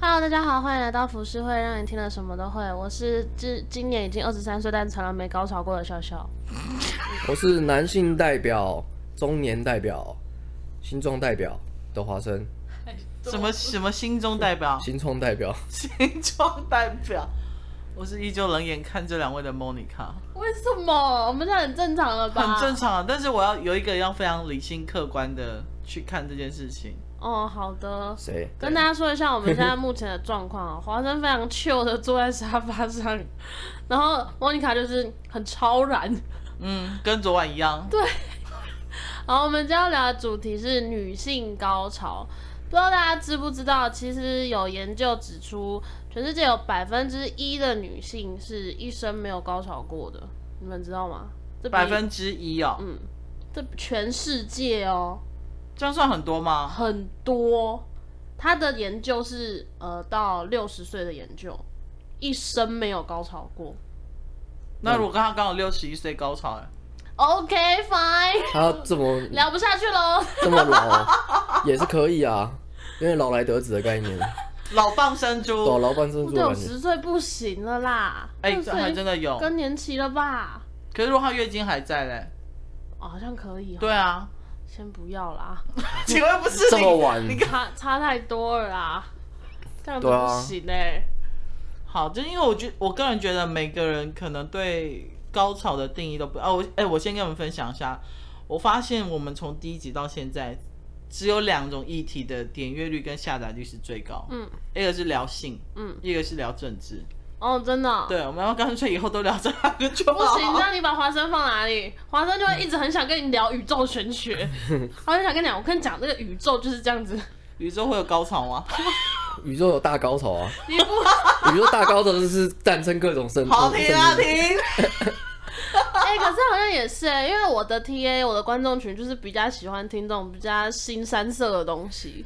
Hello，大家好，欢迎来到浮世会，让你听了什么都会。我是今今年已经二十三岁，但从来没高潮过的笑笑。我是男性代表、中年代表、新壮代表的华生，什么什么心中代表，新创代表。 心中代表。我是依旧冷眼看这两位的 Monica，为什么？我们这很正常了吧？很正。常啊，但是我要有一个要非常理性客观的去看这件事情。哦，好的。谁？跟大家说一下我们现在目前的状况哦。华生非常 chill 的坐在沙发上，然后莫妮卡就是很超然。嗯，跟昨晚一样。好，我们今天要聊的主题是女性高潮。不知道大家知不知道，其实有研究指出，全世界有百分之一的女性是一生没有高潮过的，你们知道吗？这比百分之一哦，嗯，这全世界哦，这样算很多吗？很多。他的研究是呃到六十岁的研究，一生没有高潮过。那如果刚好刚好六十一岁高潮了， OK fine，他这么聊不下去喽。这么老也是可以啊，因为老来得子的概念。老蚌生对啊，珠，老伴生猪的六感觉。十岁不行了啦，哎、六十这岁还真的有。更年期了吧？可是如果他月经还在嘞，哦，好像可以、哦。，对啊，先不要啦， 请问不是这你么晚你差差太多了啦，这样子对啊不行哎、好，就因为我觉我个人觉得每个人可能对高潮的定义都不哦，我哎、我先跟你们分享一下，我发现我们从第一集到现在，只有两种议题的点阅率跟下载率是最高，嗯，一个是聊性，嗯，一个是聊政治，哦，真的哦、对，我们要干脆以后都聊这两个就好。不行，啊那你把华生放哪 里？华生就会一直很想跟你聊宇宙玄学，他很想跟你讲，我跟你讲，这个宇宙就是这样 子。宇宙会有高潮吗？宇宙有大高潮啊！你不 宇宙大高潮就是诞生各种生。好停啊生停 命！哎、可是好像也是哎、因为我的 TA 我的观众群就是比较喜欢听这种比较新三色的东西，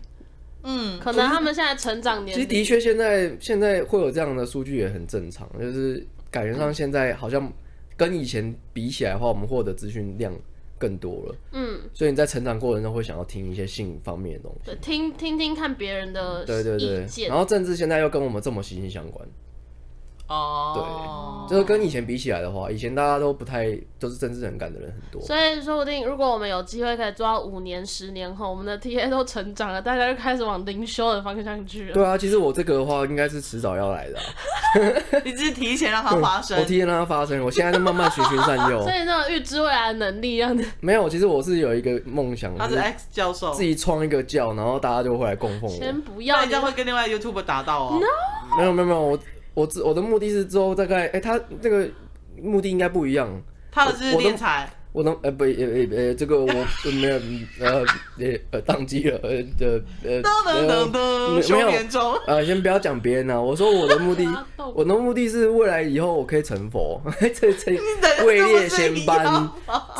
嗯，可能他们现在成长年其实龄的确，现在现在会有这样的数据也很正常，就是感觉上现在好像跟以前比起来的话，我们获得资讯量更多了。嗯，所以你在成长过程中会想要听一些性方面的东西。对，听听听看别人的对对呃意对，见然，后政治现在又跟我们这么息息相关，哦，就是跟以前比起来的话，以前大家都不太都是政治很感的人很多，所以说不定如果我们有机会可以做到五年、十年后，我们的 TA 都成长了，大家就开始往灵修的方向去了。对啊，其实我这个的话应该是迟早要来的啊、你只是提前让它发生我，提前让它发生，我现在在慢慢循循善诱所。以那种预知未来的能力，让你没有，其实我是有一个梦想，他就是是 X 教授，自己创一个教，然后大家就会来供奉先我。不那要你这样会跟另外 YouTube 打到哦。没有没有没有，我我之我的目的是之后大概，哎、他这个目的应该不一样。他的是我我都敛财。我能呃不呃呃呃这个我呃没有呃呃呃宕机了呃呃呃噔噔噔呃没噔，休眠 中。呃先不要讲别人啊，我说我的 目的发抖我的目的是未来以后我可以成佛， 这这等下位跟我列是仙一班样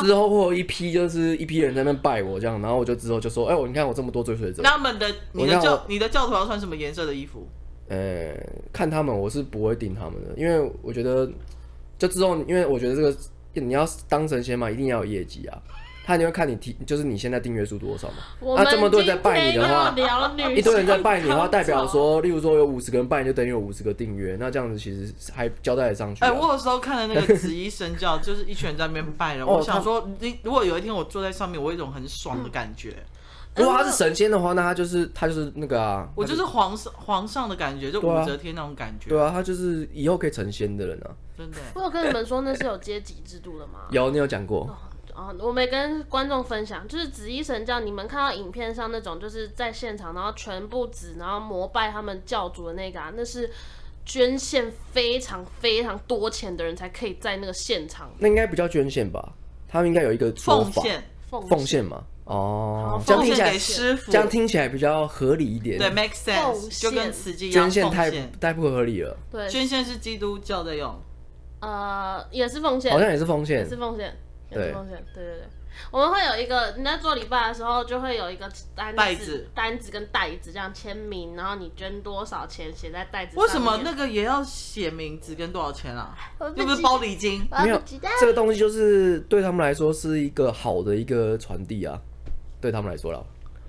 之后会有一批就是一批人在那边拜我这样，然后我就之后就说哎我你看我这么多追随者，那么你的你我的那教我你的教徒要穿什么颜色的衣服？呃看他们我是不会顶他们的，因为我觉得就之后因为我觉得这个你要当神仙嘛一定要有业绩啊，他就会看你提就是你现在订阅数多少嘛，我那们这么多人在拜你的话今天要聊女性一堆人在拜你的高话，潮代表说，例如说有五十个人拜你，就等于有五十个订阅，那这样子其实还交代得上去啊、哎、我有时候看 了那个紫衣神教，就是一群人在那边拜了。哦我想说，你如果有一天我坐在上面，我有一种很爽的感觉，嗯如果他是神仙的话，那他就是他就是那个啊，我就是皇上皇上的感觉，就对啊武则天那种感觉，对啊，他就是以后可以成仙的人啊。真的。我有跟你们说那是有阶级制度的吗？有你有讲过，啊，我没跟观众分享，就是紫衣神教，你们看到影片上那种，就是在现场，然后全部紫，然后膜拜他们教主的那个、啊，那是捐献非常非常多钱的人才可以在那个现场那应该不叫捐献吧？他们应该有一个说奉法，献，奉奉献嘛。哦好，这样奉听起献来给师傅这，样听起来比较合理一点。对，make 奉 sense，献就跟慈济一样。捐献奉太献，太不合理了，对，捐献是基督教在用，呃，也是奉献好，像也是奉也献是。奉献，也是对奉献，对对对。我们会有一个，你在做礼拜的时候，就会有一个单袋子子、单子跟袋子这样签名，然后你捐多少钱写在袋子上面。为什么那个也要写名字跟多少钱啊？我不又不知是包礼金，我没有不知道这个东啊西，就是对他们来说是一个好的一个传递啊，对他们来说啦，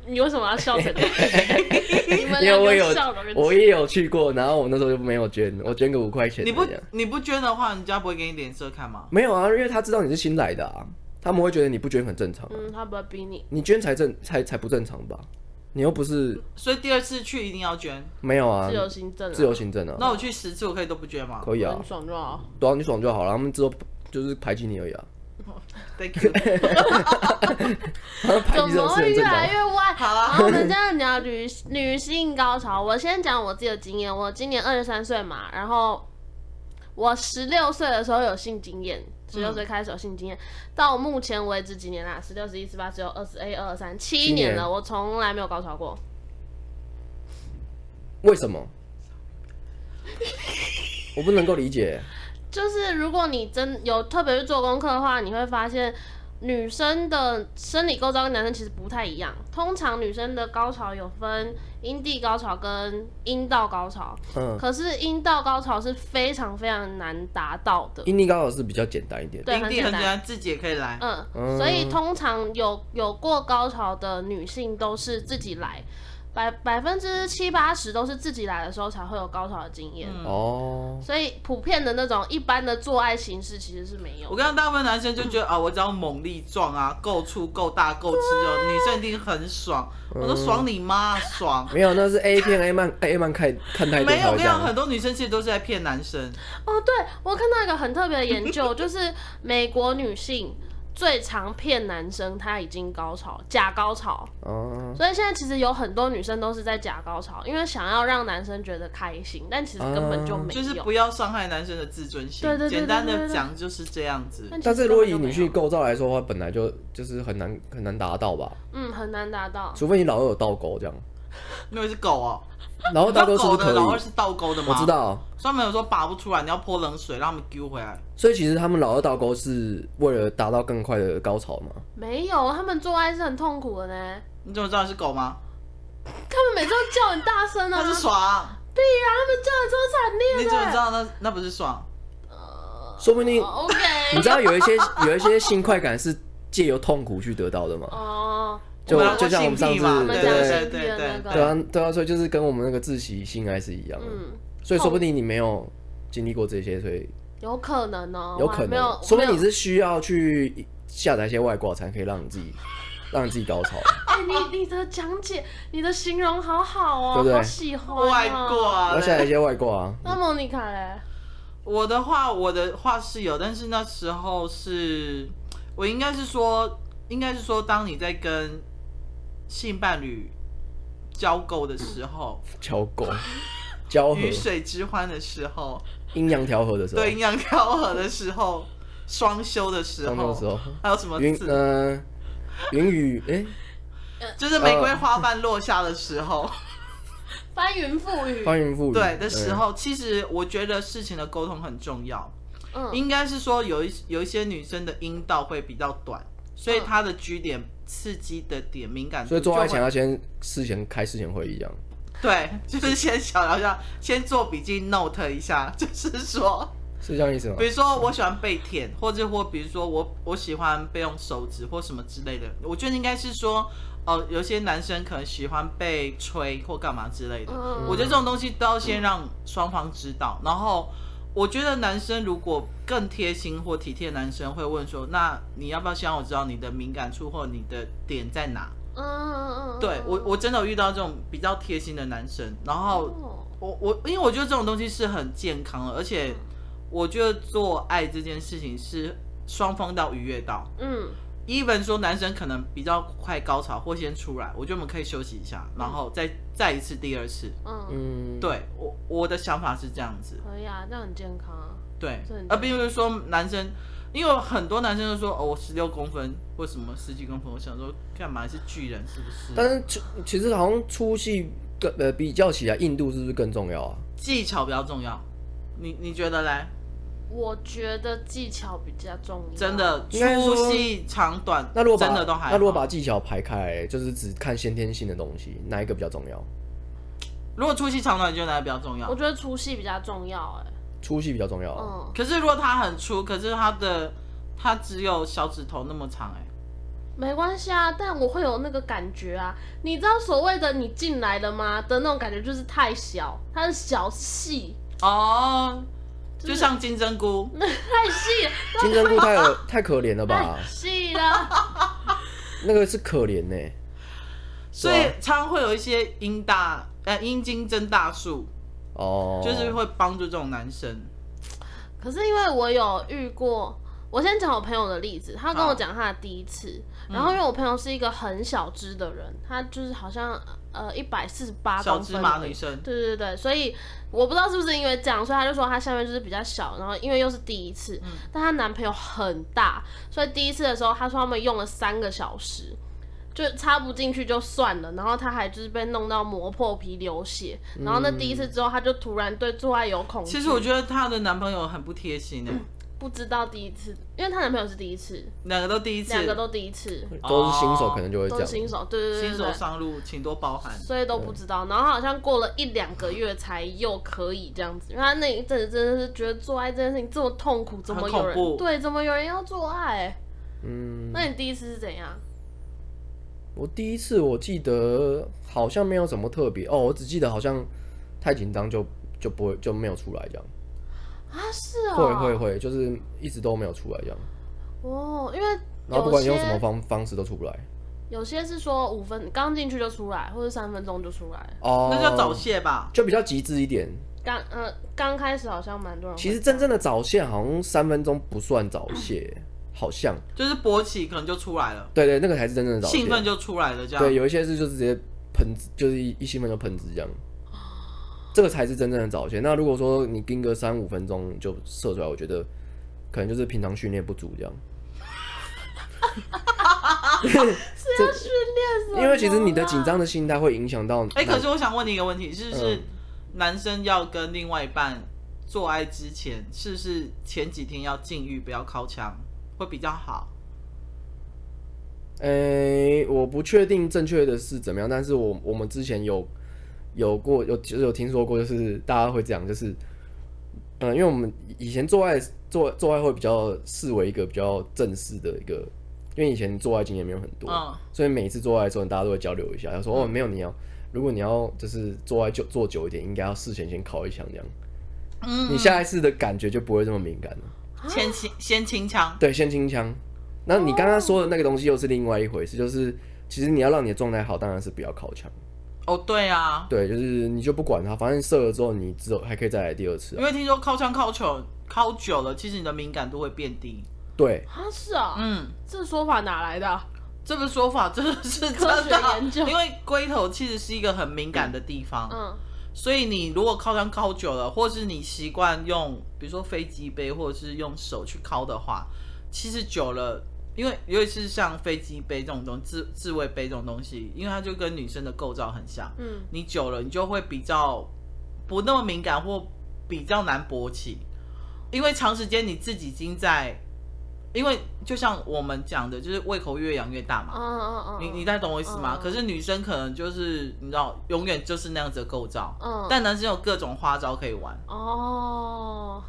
你为什么要笑 成这样？你们因为两我个有笑容我也有去过，然后我那时候就没有捐，我捐个五块钱这你样。不你不捐的话，人家不会给你脸色看吗？没有啊？因为他知道你是新来的啊，他们会觉得你不捐很正常啊、嗯，他不会逼你。你捐才正才才不正常吧？你又不是所以第二次去一定要捐。没有啊自，由行政啊，自由行政那啊，我去十次，我可以都不捐吗可以啊很，爽就好。对啊，你爽就好了，他们之后就是排挤你而已啊， ？Thank you。他们排怎挤这么种事会很越正常来啊。越歪？好啊然后我们这样聊女女性高潮，我先讲我自己的经验。我今年二十三岁嘛，然后我十六岁的时候有性经验，十六岁开始有性经验，到目前为止几年啊啦？十六、十一、十八、十九、二十、A 二三，七年了，年我从来没有高潮过。为什么？我不能够理解，就是如果你真有特别去做功课的话，你会发现女生的生理构造跟男生其实不太一样。通常女生的高潮有分阴蒂高潮跟阴道高潮，嗯，可是阴道高潮是非常非常难达到的。阴蒂高潮是比较简单一点，对，营很地简很简单。单，自己也可以来。嗯，嗯所以通常有有过高潮的女性都是自己来，百百分之七八十都是自己来的时候才会有高潮的经验。嗯哦，所以普遍的那种一般的做爱形式其实是没有我。看到大部分男生就觉得啊，我只要猛力撞 啊，够粗、够大、够吃就，女生一定很爽。嗯我都爽你妈，爽！没有，那是 A 片 A 漫 A 漫看看太多没才有，会这我跟你讲，很样，多女生其实都是在骗男生。嗯哦，对，我看到一个很特别的研究， 就是美国女性最常骗男生，她已经高潮，假高潮。哦，所以现在其实有很多女生都是在假高潮，因为想要让男生觉得开心，但其实根本就没有。就是不要伤害男生的自尊心。对对对对简单对对的对嗯讲就是这样子。但其实但是如果以根本就没女有性，构造来说的话，本来就就是很难很难达到吧，嗯，很难达到。除非你老二有倒钩这样，因为是狗哦，然后你知道倒钩是狗不是可的以？老二是倒钩的吗？我知。道，专门有说拔不出来，你要泼冷水让他们丢回来。所以其实他们老二倒钩是为了达到更快的高潮嘛。没有，他们做爱是很痛苦的呢。你怎么知道是狗吗？他们每次都叫很大声啊，那是屁爽，啊，他们叫的你超怎惨么烈知的。道那那不是爽？说不定哦 OK，你 知道有一些有一些性快感是借由痛苦去得到的嘛？哦，就我们来就像过我们上性癖嘛次对对对对对对对对对啊，对啊，所以就是跟我们那个自习性爱是一样的。嗯，所以哦说不定你没有经历过这些，所以有可能哦，有我还可没有能，，说不定没你有是需要去下载一些外挂才可以让你自己让你自己高潮。哎，你你的讲解，你的形容好好哦，对不对好喜欢、哦。外。挂要嘞下载一些外挂啊，那莫妮卡嘞？我的话，我的话是有，但是那时候是，我应该是说，应该是说，当你在跟性伴侣交媾的时候，交媾、交合、鱼水之欢的时候，阴阳调和的时候，哦对阴阳调和的时候，双修的时上那候，个时候，还有什么云字？呃云雨哎。就是玫瑰花瓣落下的时候，翻云覆雨。翻云覆雨嗯呃对的时，候，其实我觉得事情的沟通很重要。嗯，应该是说有一有一些女生的阴道会比较短，所以她的居点刺激的点敏感嗯度所以就做会，爱前要先事前开事前会议这样。对， 就是先小聊一下，先做笔记 note 一下，就是说，是这样意思吗比？如说我喜欢被舔，或者或比如说我我喜欢被用手指或什么之类的，我觉得应该是说，哦、有些男生可能喜欢被吹或干嘛之类的，嗯我觉得这种东西都要先让双方知道，然后我觉得男生如果更贴心或体贴，男生会问说：“那你要不要先让我知道你的敏感处或你的点在哪嗯嗯嗯。？”对我，我真的有遇到这种比较贴心的男生，然后哦我我因为我觉得这种东西是很健康的，而且我觉得做爱这件事情是双方都要愉悦到。嗯 even 说男生可能比较快高潮或先出来，我觉得我们可以休息一下，然后再再一次第二次。嗯，嗯，，对我我的想法是这样子，可以啊，这样很健康啊。对这很，而并不是说男生，因为很多男生都说哦，我十六公分或什么十几公分，我想说干嘛是巨人是不但是？是其其实好像粗细跟呃比较起来，硬度是不是更重要啊？技巧比较重要，你你觉得嘞？我觉得技巧比较重要。真。的应该说粗细长短，那如果把真的都还好那如果把技巧排开来，就是只看先天性的东西，哪一个比较重要？如果粗细长短，你觉得哪个比较重我要？觉得粗细比较重要、哎，粗细比较重要啊。哦嗯，可是如果它很粗，可是它的它只有小指头那么长、哎，没关系啊，但我会有那个感觉啊。你知道所谓的你进来了吗的那种感觉，就是太小，它是小细，哦，就像金针菇，太细了，金针菇 太可太可怜了吧太？细了。那个是可怜呢、所以常常会有一些阴大呃阴茎增大术，哦，就是会帮助这种男生。可是因为我有遇过，我先讲我朋友的例子，他跟我讲他的第一次，嗯然后因为我朋友是一个很小只的人，他就是好像呃一百四十八小公芝分麻而已女生，对对对，所以我不知道是不是因为这样，所以她就说她下面就是比较小，然后因为又是第一次，嗯但她男朋友很大，所以第一次的时候她说他们用了三个小时，就插不进去就算了，然后她还就是被弄到磨破皮流血，然后那第一次之后她就突然对做爱有恐惧，嗯其实我觉得她的男朋友很不贴心诶、欸嗯不知道第一次，因为她男朋友是第一次，两个都第一次，两个都第一次，都是新手哦可能就会这都是样。新手，对对对新对手对。上路，请多包涵。所以都不知道。然后好像过了一两个月才又可以这样子，因为他那一阵子真的是觉得做爱这件事情这么痛苦，怎么有很恐人怖对，怎么有人要做爱？嗯，那你第一次是怎样？我第一次我记得好像没有什么特别哦，我只记得好像太紧张就就不会就没有出来这样。啊，是哦，会会会，就是一直都没有出来这样。哦，因为然后不有管你用什么些方方式都出不来。有些是说五分刚进去就出来，或者三分钟就出来。哦，那叫早泄吧？就比较极致一点。刚呃刚开始好像蛮多人会其实真正的早泄好像三分钟不算早嗯泄，好像就是勃起可能就出来了，对对，那个才是真正的早泄。兴奋就出来了，这样。对，有一些是就是直接喷汁，就是一一兴奋就喷汁这样，这个才是真正的早泄。那如果说你盯个三五分钟就射出来，我觉得可能就是平常训练不足这样。是要训练什么啦？因为其实你的紧张的心态会影响到。啊哎、可是我想问你一个问题，是不是嗯男生要跟另外一半做爱之前，是不是前几天要禁欲，不要靠墙，会比较好？哎、我不确定正确的是怎么样，但是我我们之前有有过有就是有听说过，就是大家会讲，就是嗯、呃因为我们以前做爱做做爱会比较视为一个比较正式的一个，因为以前做爱经验没有很多，嗯，所以每一次做爱的时候，大家都会交流一下，他说哦，没有你要，如果你要就是做爱就做久一点，应该要事前先敲一枪这样，嗯你下一次的感觉就不会这么敏感了。先清先清腔，对，先清腔。那你刚刚说的那个东西又是另外一回事，就是其实你要让你的状态好，当然是不要靠墙。哦，对啊，对，就是你就不管它，反正射了之后，你之后还可以再来第二次、因啊。为听说靠枪靠久靠久了，其实你的敏感度会变低。对，啊是啊，嗯，这说法哪来的啊？这个说法真的是真科学的，研究因为龟头其实是一个很敏感的地方，嗯，所以你如果靠枪靠久了，或是你习惯用，比如说飞机杯或者是用手去敲的话，其实久了，因为尤其是像飞机杯这种东自自慰杯这种东西，因为它就跟女生的构造很像，嗯，你久了你就会比较不那么敏感或比较难勃起，因为长时间你自己已经在，因为就像我们讲的，就是胃口越养越大嘛，嗯嗯嗯，你你在懂我意思吗？嗯可是女生可能就是你知道，永远就是那样子的构造，嗯但男生有各种花招可以玩，哦，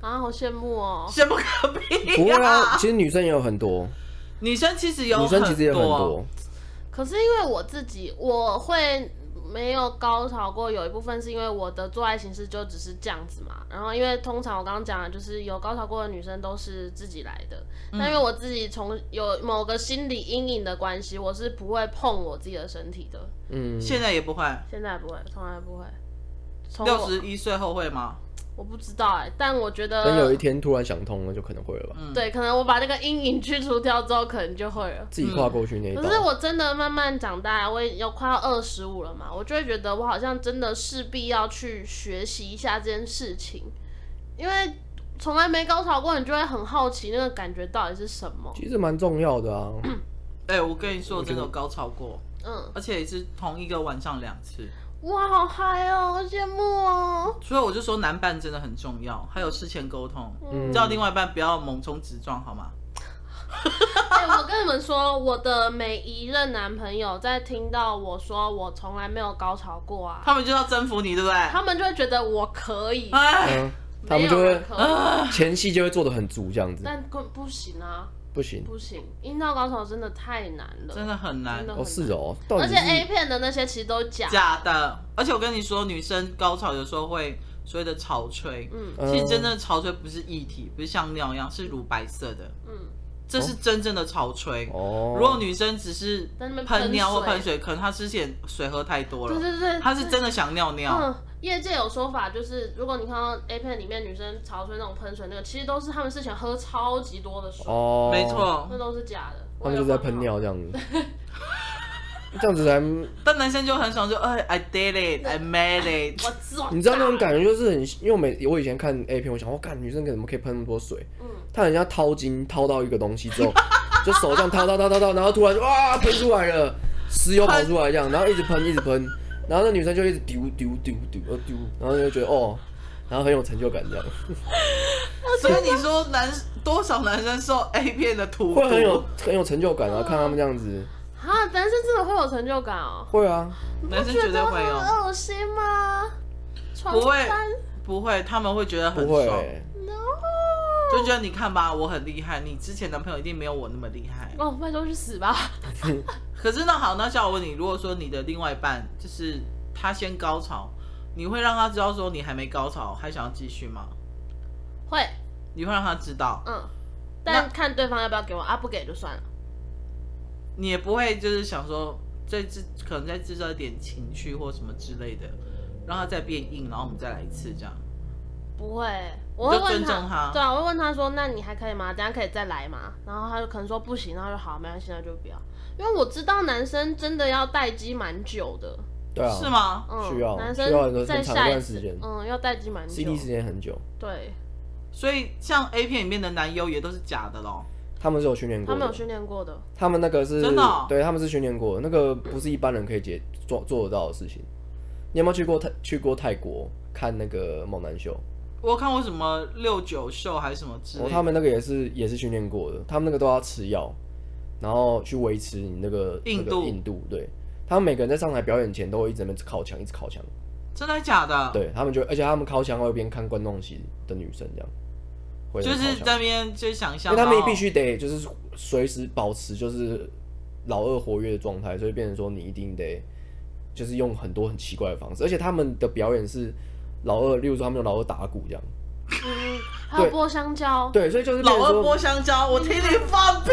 啊，好羡慕哦。深不可不比过哎呀、啊，其实女生也有很多，女生其实有女生其实也有很多，啊多。可是因为我自己，我会没有高潮过，有一部分是因为我的做爱形式就只是这样子嘛。然后因为通常我刚刚讲的，就是有高潮过的女生都是自己来的，嗯但因为我自己从有某个心理阴影的关系，我是不会碰我自己的身体的。嗯，现在也不会。现在不会，从来不会。从六我十一岁后会吗？我不知道哎、但我觉等有得一天突然想通了，就可能会了嗯吧。对，可能我把那个阴影去除掉之后，可能就会了。自己跨过去那一嗯道。可是我真的慢慢长大，我也有快要二十五了嘛，我就会觉得我好像真的势必要去学习一下这件事情，因为从来没高潮过，你就会很好奇那个感觉到底是什么。其实蛮重要的啊。哎、我跟你说，我真的有高潮过，嗯，而且也是同一个晚上两次，哇，好嗨哦，好羡慕哦。所以我就说男伴真的很重要，还有事前沟通，嗯你知道另外一半不要猛冲直撞好吗？ 哎、我跟你们说，我的每一任男朋友在听到我说我从来没有高潮过啊，他们就要征服你，对不对？ 他们就会啊觉得我可以，哎，嗯，他们就没有会啊人可以，前戏就会做的很足这样子。但不不行啊。不行不行，阴道高潮真的太难了，真的很难哎真的。哦，是哦，到而底且是 A 片的那些其实都假，假的。而且我跟你说，女生高潮有时候会所谓的潮吹，嗯其实真正的潮吹不是液体，不是像尿一样是乳白色的，嗯，这是真正的潮吹。哦，如果女生只是在那边喷尿或喷喷水，可能她之前水喝太多对了，对对，她是真的哦想尿尿。嗯，业界有说法，就是如果你看到 A 片里面女生潮吹那种喷水那个，其实都是她们事前喝超级多的水，哦，没，错那，都是假的。他们就是在喷尿这样子， 这样子才，但男生就很爽，就哎，I did it，I made it。嗯 我操！你知道那种感觉就是很，因为我每我以前看 A 片，我想，我干女生怎么可以喷那么多水？嗯，他很像掏金掏到一个东西之后，就手这样掏掏掏掏掏，然后突然就哇喷出来了，石油跑出来这样，然后一直喷一直喷，然后那女生就一直丢丢丢丢呃丢，然后就觉得哦，然后很有成就感这样，所以你说男多少男生受 A 片的荼毒会？很有很有成就感啊，看他们这样子，啊，男生真的会有成就感哦，会啊，男生绝对不会觉得有，很恶心吗？不床会单不会，他们会觉得很不会爽，欸、 ，no！就觉得你看吧，我很厉害，你之前男朋友一定没有我那么厉害。哦，拜托去死吧！可是那好，那小我问你，如果说你的另外一半就是他先高潮，你会让他知道说你还没高潮，还想要继续吗？会，你会让他知道，嗯，但看对方要不要给我啊，不给就算了。你也不会就是想说再制可能再制造一点情绪或什么之类的，让他再变硬，然后我们再来一次这样。不会，我会问你就尊重他对啊，我会问他说：“那你还可以吗？等下可以再来吗？”然后他就可能说：“不行。”然后就好，没关系，那就不要。因为我知道男生真的要待机蛮久的，对啊，是？吗？嗯，需要男需要生很在很长下一一段次时间嗯，要待机蛮久 CD。时间很久，对，所以像 A 片里面的男优也都是假的咯。他们是有训练他过们有的，训练过的，他们那个是真的哦对，他们是训练过的，那个不是一般人可以解做做得到的事情。你有没有去过泰去过泰国看那个猛男秀？我有看过什么六九秀还是什么之类哦，的，他们那个也是也是训练过的，他们那个都要吃药，然后去维持你那个硬那度个硬度。对，他们每个人在上台表演前都会一直在那边靠墙，一直靠墙。真的假的？，对他们就，而且他们靠墙会边看观众席的女生这样，会在就那边靠墙是在那边就想因象为到，他们必须得就是随时保持就是老二活跃的状态，所以变成说你一定得就是用很多很奇怪的方式，而且他们的表演是老二，例如说他们用老二打鼓这样， 嗯，还有对剥香蕉。对，所以就是变老成说二嗯剥香蕉，我听你放屁，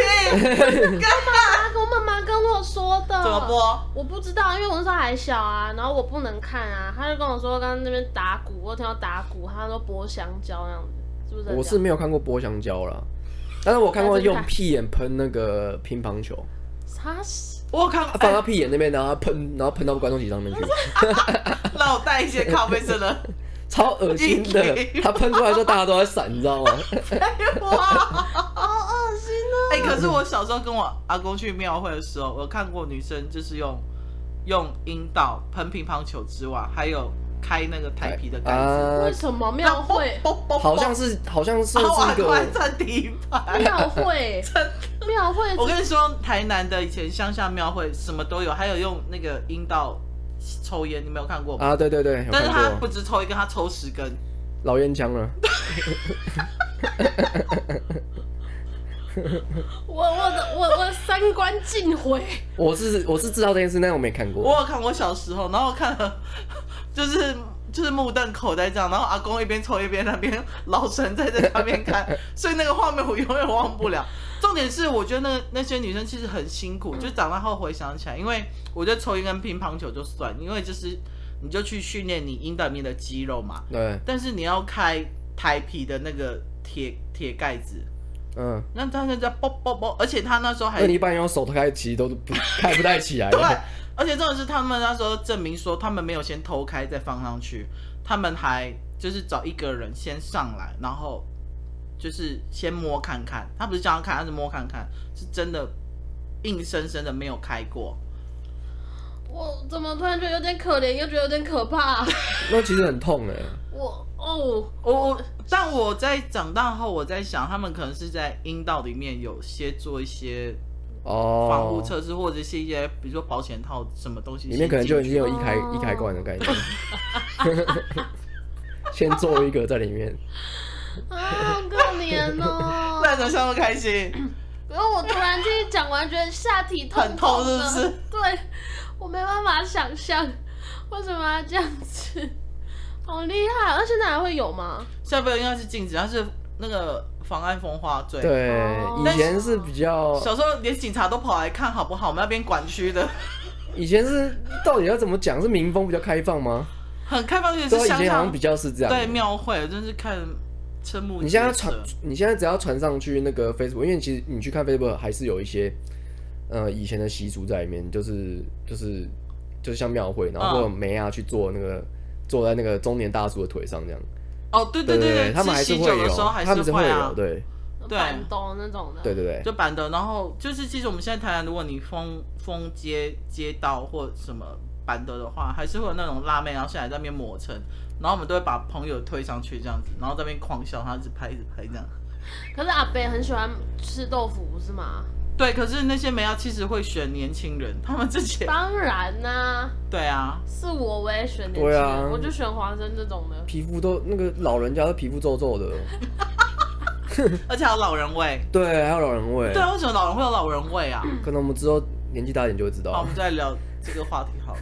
他跟我妈妈跟我说的。怎么剥？我不知道，因为我那时候还小啊，然后我不能看啊。他就跟我说，刚刚那边打鼓，我有听到打鼓，他说剥香蕉那样子，是不是在讲？我是没有看过剥香蕉啦，但是我看过用屁眼喷那个乒乓球，他是我有看他哎放到屁眼那边，然后喷，然后喷到观众席上面去，让我带一些咖啡色 的。超恶心 的硬。给他喷出来之后，大家都在闪，你知道吗？哇！好恶心哦、哎、可是我小时候跟我阿公去庙会的时候，我看过女生就是用用阴道喷乒乓球之外，还有开那个台 皮的盖子，啊为，什么庙会？啵啵啵好像是好像是然后我是阿一公还个站第一排。庙会，庙会，我跟你说，台南的以前乡下庙会什么都有，还有用那个阴道抽烟，你没有看过吗？啊，对对对，有但是他看不过止抽一根，他抽十根。老烟枪了。我我的我我三观尽毁。 我是我是知道这件事，但我没看过。我有看我小时候，然后看了， 就是就是目瞪口呆这样，然后阿公一边抽一边那边老神在在那边 看，所以那个画面我永远忘不了。重点是，我觉得那那些女生其实很辛苦，就长大后回想起来，因为我觉得抽一根乒乓球就算，因为就是你就去训练你阴道里面的肌肉嘛，对，但是你要开台皮的那个铁铁盖子，嗯，那他那叫啵啵啵，而且他那时候还哦那你一般用手开，其实都不开不太起 来。对，而且重点是他们那时候证明说，他们没有先偷开再放上去，他们还就是找一个人先上来，然后就是先摸看看，他不是想要看，他是摸看看，是真的硬生生的没有开过。我怎么突然觉得有点可怜，又觉得有点可怕？那其实很痛哎。我哦，我我，但我在长大后，我在想，他们可能是在阴道里面有些做一些哦，防护措施，或者是一些比如说保险套什么东西里面先进去，可能就已经有一开啊哦一开罐的概念， 先做一个在里面。啊，好可怜哦。 那种笑都开心。因为我突然这一讲完，觉得下体痛很痛的，是不是对，我没办法想象为什么要这样子，好厉害！那现在还会有吗？下背应该是禁止，它是那个妨碍风化罪。，对哦，以前是比较，小时候连警察都跑来看好不好，我们那边管区的 以前是到底要怎么讲？是民风比较开放吗？很开放，尤其对啊，是以乡前好下像比较是这样。对庙会，真是看瞠目你结现在舌。传，你现在只要传上去那个 Facebook，因为其实你去看 Facebook 还是有一些，呃，以前的习俗在里面，就是就是就是像庙会，然嗯后或者梅啊亚去坐那个、坐在那个中年大叔的腿上这样，哦，对对对，他们还吃是喜会酒的有时候，还他们是会啊有，，对对板凳那种的，对对对，就板凳，然后就是其实我们现在台湾，如果你封封街街道或什么板凳的话，还是会有那种辣妹，然啊后现在在那边抹蹭，然后我们都会把朋友推上去这样子，然后在那边狂笑，他一直拍一直拍这样。 可是阿北很喜欢吃豆腐，不是吗？对，可是那些梅亚其实会选年轻人，他们自己 当然啦、对啊，是我我也选年轻对人，啊我就选黄生这种 的。皮肤都那个老人家的皮肤皱皱的，而且还有老人味。对，嗯还有老人味对，，啊，为什么老人会有老人味啊？可能我们之后年纪大一点就会知好，道我，们再聊这个话题好了。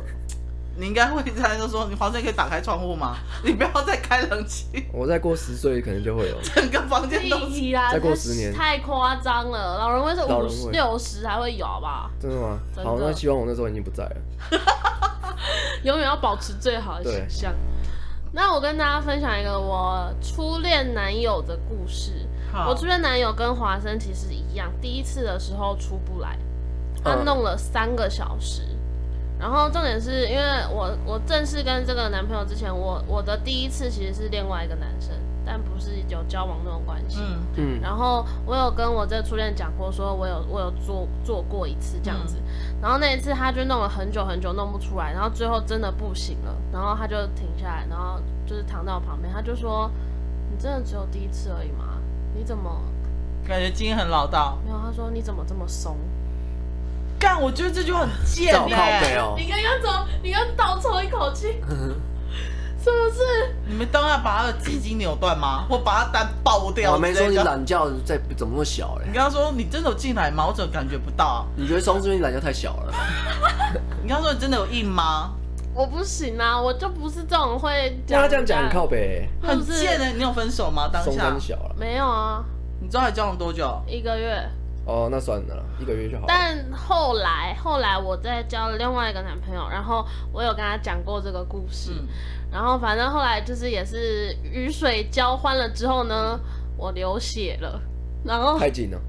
你应该会在就说，你黄生可以打开窗户吗？ 你不要再开冷气，我再过十岁可能就会 有，整个房间都是。一啦，再过太十年太夸张了，老人会是老五人十味六十还会有，好不好？真的吗？真的好，那希望我那时候已经不在了，永远要保持最好的形象。那我跟大家分享一个我初恋男友的故事。好我初恋男友跟华生其实一样，第一次的时候出不来，他嗯弄了三个小时。然后重点是因为我我正式跟这个男朋友之前，我我的第一次其实是另外一个男生，但不是有交往那种关系。嗯，嗯，然后我有跟我这个初恋讲过，说我有我有做做过一次这样子，然后那一次他就弄了很久很久弄不出来，然后最后真的不行了，然后他就停下来，然后就是躺到我旁边，他就说：“你真的只有第一次而已吗？你怎么感觉今天很老道。没有？”他说：“你怎么这么松干，我觉得这句话很贱照靠哎、背哦？”，你刚刚怎么？你刚倒抽一口 气，是不是？你们当下把他的鸡鸡扭断吗？或把他蛋爆掉我之类没的？说你懒觉在怎么那么小欸嘞、你刚刚说你真的有进来吗？我怎么感觉不到、啊？你觉得松是因为你懒觉太小了？你刚刚说你真的有硬吗？我不行啊，我就不是这种会那讲他这样讲很靠北，是很不是贱的、你有分手吗？啊当松下山？小了。没有啊，你知道还交往多久？一个月。哦，那算了啦，一个月就好了。但后来，后来我再交了另外一个男朋友，然后我有跟他讲过这个故事，嗯，然后反正后来就是也是雨水交欢了之后呢，我流血了，然后太紧了，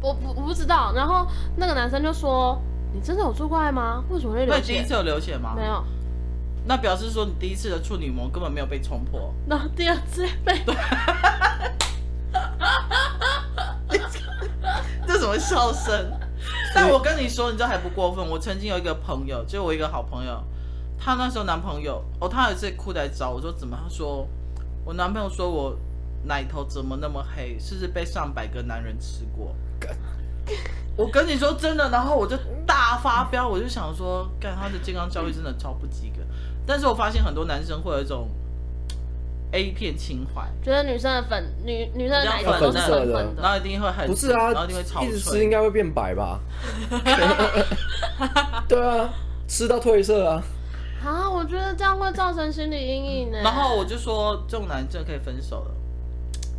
我不我不知道，然后那个男生就说：“你真的有做过爱吗？为什么会那流你第一血次有流血吗？？”没。有。那表示说你第一次的处女膜根本没有被冲破。然后第二次被 这什么笑声？ 但我跟你说，你知道还不过分。我曾经有一个朋友，就我一个好朋友，她那时候男朋友，哦，她有一次哭来找我说怎么？她说我男朋友说我奶头怎么那么黑，是不是被上百个男人吃过？ 我跟你说真的，然后我就大发飙，我就想说，干他的健康教育真的超不及格。但是我发现很多男生会有一种 A 片情怀，觉得女生的粉女女生的奶头粉都是色粉的粉的然，后一定会很不是啊然后一定会，草一直吃吹应。该会变白吧？ 对啊，吃到褪色啊，啊，我觉得这样会造成心理阴影呢。然后我就说这种男真的可以分手了。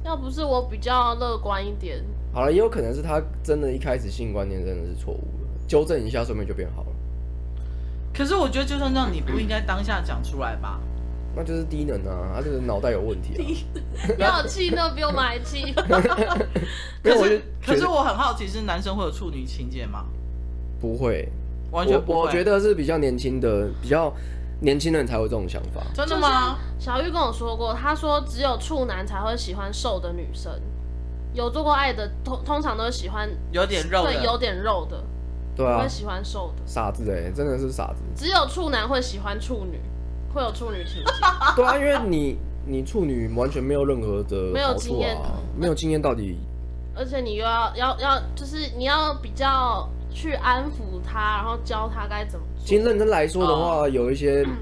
要不是我比较乐观一 点，好了，也有可能是他真的一开始性观念真的是错误的，纠正一下，顺便就变好了。可是我觉得就算这样，你不应该当下讲出来吧？那就是低能啊，他就是脑袋有问题 啊。要有气那比我们还气。 因可为我就是可觉是得我很好奇，是男生会有处女情节吗？不会，完全我不会。我觉得是比较年轻的，比较年轻人才有这种想法。真的吗？小玉跟我说过，她说只有处男才会喜欢瘦的女生，有做过爱的通通常都是喜欢有点肉对有的，点肉的，对不啊会，喜欢瘦的。傻子哎、真的是傻子。只有处男会喜欢处女，会有处女 情节。对啊，因为你你处女完全没有任何的没有好经处验嗯啊，没有经验到底而且你又要要要，就是你要比较去安抚他，然后教他该怎么其做实。认真来说的话，哦有一些嗯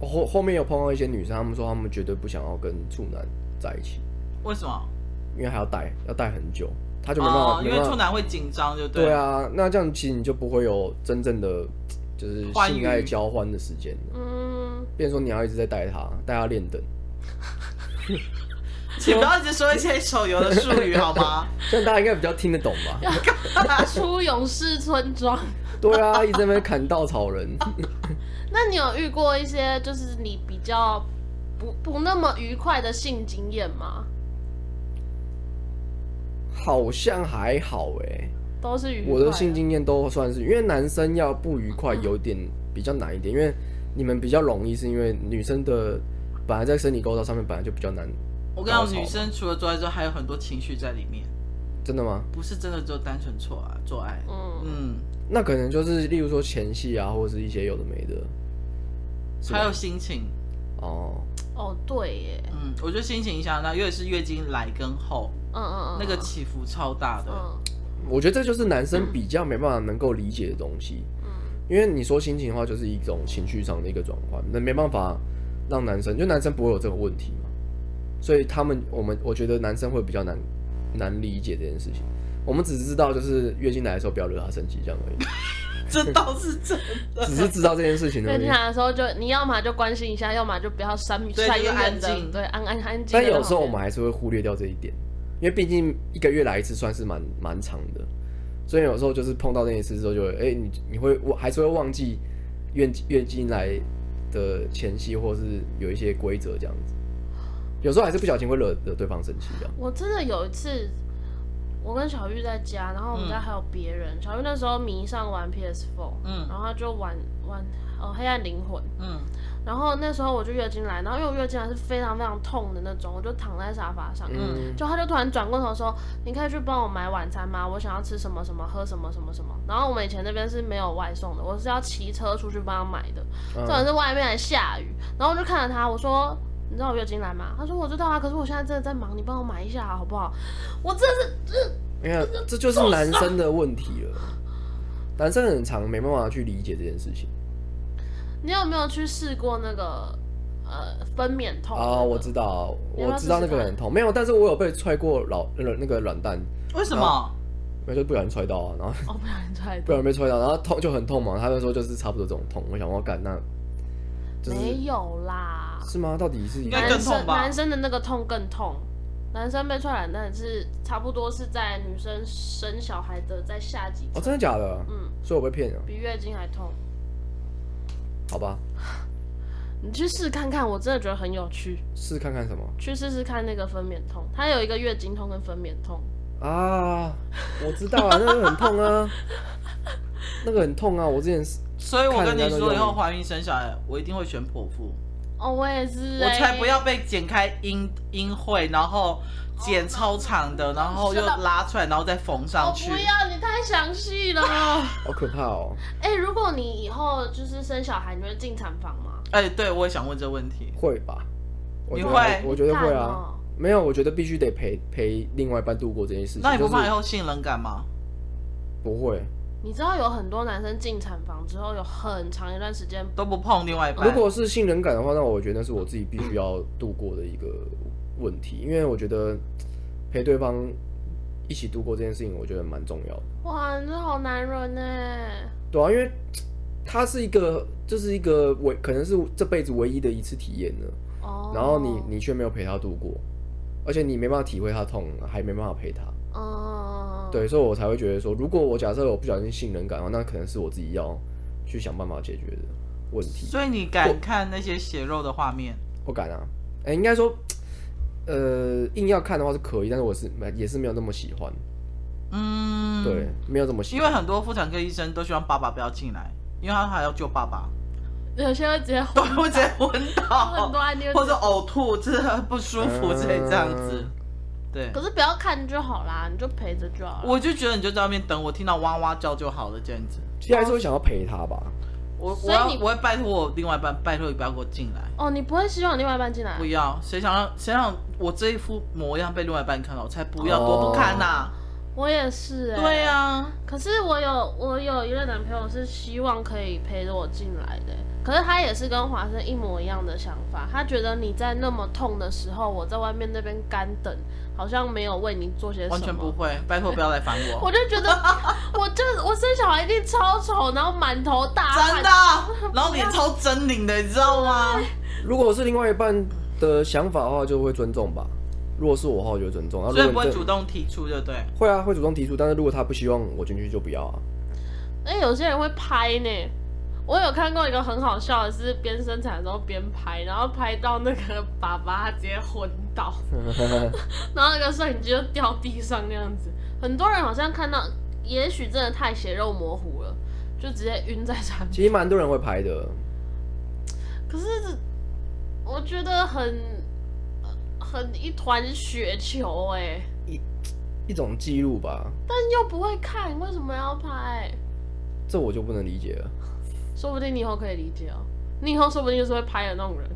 后后面有碰到一些女生，她们说她们绝对不想要跟处男在一起，为什么？因为还要带，要带很久。他就没办法，哦，因没为办处法。男会紧张，就对了。啊，那这样其实你就不会有真正的就是欢愉性爱交欢的时间了，嗯，变成说你要一直在带他，带他练等，请不要一直说一些手游的术语好 吗？这样大家应该比较听得懂吧？ 出勇士村庄。 对啊，一直在那边砍稻草人， 那你有遇过一些就是你比较不不那么愉快的性经验吗？好像还好哎、都是愉快。我的性，经验都算是，因为男生要不愉快有点比较难一点，因为你们比较容易，是因为女生的本来在生理构造上面本来就比较难，我跟你高潮讲，女生除了做爱之后，还有很多情绪在里面，真的吗？不是真的只有单纯做爱做爱。嗯，嗯，那可能就是例如说前戏啊，或者是一些有的没的是吧还有心情。哦。哦，对耶，嗯，我觉得心情影响到，尤其是月经来跟后，嗯嗯嗯，那个起伏超大的。嗯我觉得这就是男生比较没办法能够理解的东西，嗯因为你说心情的话，就是一种情绪上的一个转换，那没办法让男生，就男生不会有这个问题嘛，所以他们我们我觉得男生会比较难难理解这件事情。我们只知道就是月经来的时候不要惹他生气这样而已，这倒是真的。只是知道这件事情而月已 经。来的时候就你要么就关心一下，要么就不要删对删就是远远安的，静对，安安安静。但有时候我们，还是会忽略掉这一点，因为毕竟一个月来一次算是蛮蛮长的，所以有时候就是碰到那一次之后就会，哎、你你会我还是会忘记月月经来的前夕，或是有一些规则这样子，有时候还是不小心会惹惹对方生气这样。我真的有一次，我跟小玉在家，然后我们家还有别人，小玉那时候迷上玩 PS4，嗯然后她就玩玩哦黑暗灵魂，嗯然后那时候我就月经来，然后因为我月经来是非常非常痛的那种，我就躺在沙发上，嗯，就他就突然转过头说：“你可以去帮我买晚餐吗？我想要吃什么什么，喝什么什么什么。”然后我们以前那边是没有外送的，我是要骑车出去帮他买的。嗯重点是外面还下雨，然后我就看着他，我说：“你知道我月经来吗？”他说：“我知道啊，可是我现在真的在忙，你帮我买一下好不好？”我真的是你看这就是男生的问题了，男生很长没办法去理解这件事情。你有没有去试过那个呃分娩痛那个？啊、我知道，你要不我要知道试那试个看很痛，没有，但是我有被踹过老呃那个软蛋，为什么？没有就不小心踹到啊，然后。哦，不小心踹不到。然被踹到，然后痛就很痛嘛。他就说就是差不多这种痛。我想我干那，就是没有啦，是吗？到底是哦应该男更生痛吧男生的那个痛更痛，男生被踹软蛋是差不多是在女生生小孩的在下几哦，层，真的假的？嗯，所以我被骗了，比月经还痛。好吧，你去试看看，我真的觉得很有趣，试看看什么去试试看那个分娩痛，它有一个月经痛跟分娩痛，啊？我知道啊，那个很痛 啊，那个很痛啊。我之前是所以我跟你看人家说，都以用后怀孕生小孩，我一定会选剖腹，哦，我也是、我欸，才不要被剪开阴阴会，然后剪超长的，然后又拉出来，然后再缝我上去不。要，你太详细了。 好可怕哦，哎、如果你以后就是生小孩，你会进产房吗？哎，对，我也想问这个问题。会吧？我你觉得会我觉得会干啊。哦没有，我觉得必须得陪陪另外一半度过这件事情。那你不就是怕以后性冷感吗？不会？你知道有很多男生进产房之后，有很长一段时间都不碰另外一半？如果是信任感的话，那我觉得那是我自己必须要度过的一个问题，因为我觉得陪对方一起度过这件事情，我觉得蛮重要的。哇，你这好男人呢、欸对啊，因为它是一个，这、是一个唯可能是这辈子唯一的一次体验了，哦，然后你你却没有陪他度过，而且你没办法体会他的痛，还没办法陪他。嗯，对，所以我才会觉得说，如果我假设我不小心信任感的话，那可能是我自己要去想办法解决的问题。所以你敢看那些血肉的画面？不敢啊，哎、应该说，呃，硬要看的话是可以，但是我是也是没有那么喜欢，嗯，对，，没有这么喜因欢。为很多妇产科医生都希望爸爸不要进来，因为他还要救爸爸， 有些会直接对，会直接昏很多倒，案例会或直者接，呕吐，真的很不舒嗯服，之类这样子。对，可是不要看就好啦，你就陪着就好了。我就觉得你就在外面等我，听到哇哇叫就好了，这样子。其实还是会想要陪他吧，我所我以要你我会拜托我另外一半，拜托你不要给我进来，哦，你不会希望另外一半进来啊不？要。谁想让谁让我这一副模样被另外一半看到，我才不要，多哦不堪呐、我也是、欸，对。啊，可是我有我有一个男朋友是希望可以陪着我进来的欸、可是他也是跟华生一模一样的想法，他觉得你在那么痛的时候，我在外面那边干等，好像没有为你做些什么。完全不会，拜托不要来烦 我我，就觉得，我就我生小孩一定超丑，然后满头大汗。真的。然后你超狰狞的，你知道 吗？如果是另外一半的想法的话，就会尊重吧。如果是我的话，我就会尊重。啊，如果所以你不会真的主动提出，对不对？会啊，会主动提出，但是如果他不希望我进去，就不要啊。 哎、有些人会拍呢。我有看过一个很好笑的是，边生产的时候边拍，然后拍到那个爸爸他直接昏倒，然后那个摄影机就掉地上那样子。很多人好像看到，也许真的太血肉模糊了，就直接晕在产其实蛮多人会拍的，可是我觉得很很一团雪球哎、一种记录吧，但又不会看，为什么要拍？这我就不能理解了。说不定你以后可以理解哦，你以后说不定就是会拍的那种人。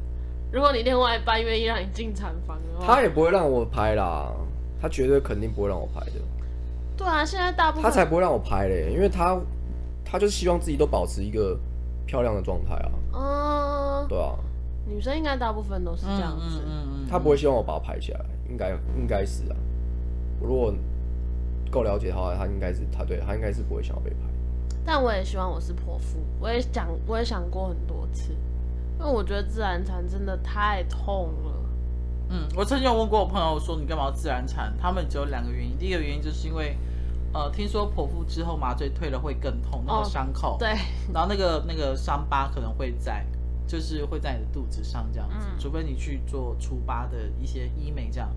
如果你另外一半愿意让你进产房的话，他也不会让我拍啦，他绝对肯定不会让我拍的，对啊，现在大部分他才不会让我拍嘞，因为他他就是希望自己都保持一个漂亮的状态啊，嗯，对啊，女生应该大部分都是这样子。嗯他不会希望我把它拍下来，应该应该是啊，我如果够了解他的话，他应该是他对他应该是不会想要被拍。嗯但我也希望我是泼妇，我也想，我也想过很多次，因为我觉得自然产真的太痛了。嗯，我曾经有问过我朋友说你干嘛要自然产，他们只有两个原因，第一个原因就是因为，呃，听说剖腹之后麻醉退了会更痛，那哦个伤口，对， 然后那个那个伤疤可能会在，就是会在你的肚子上这样子，嗯除非你去做除疤的一些医美这样。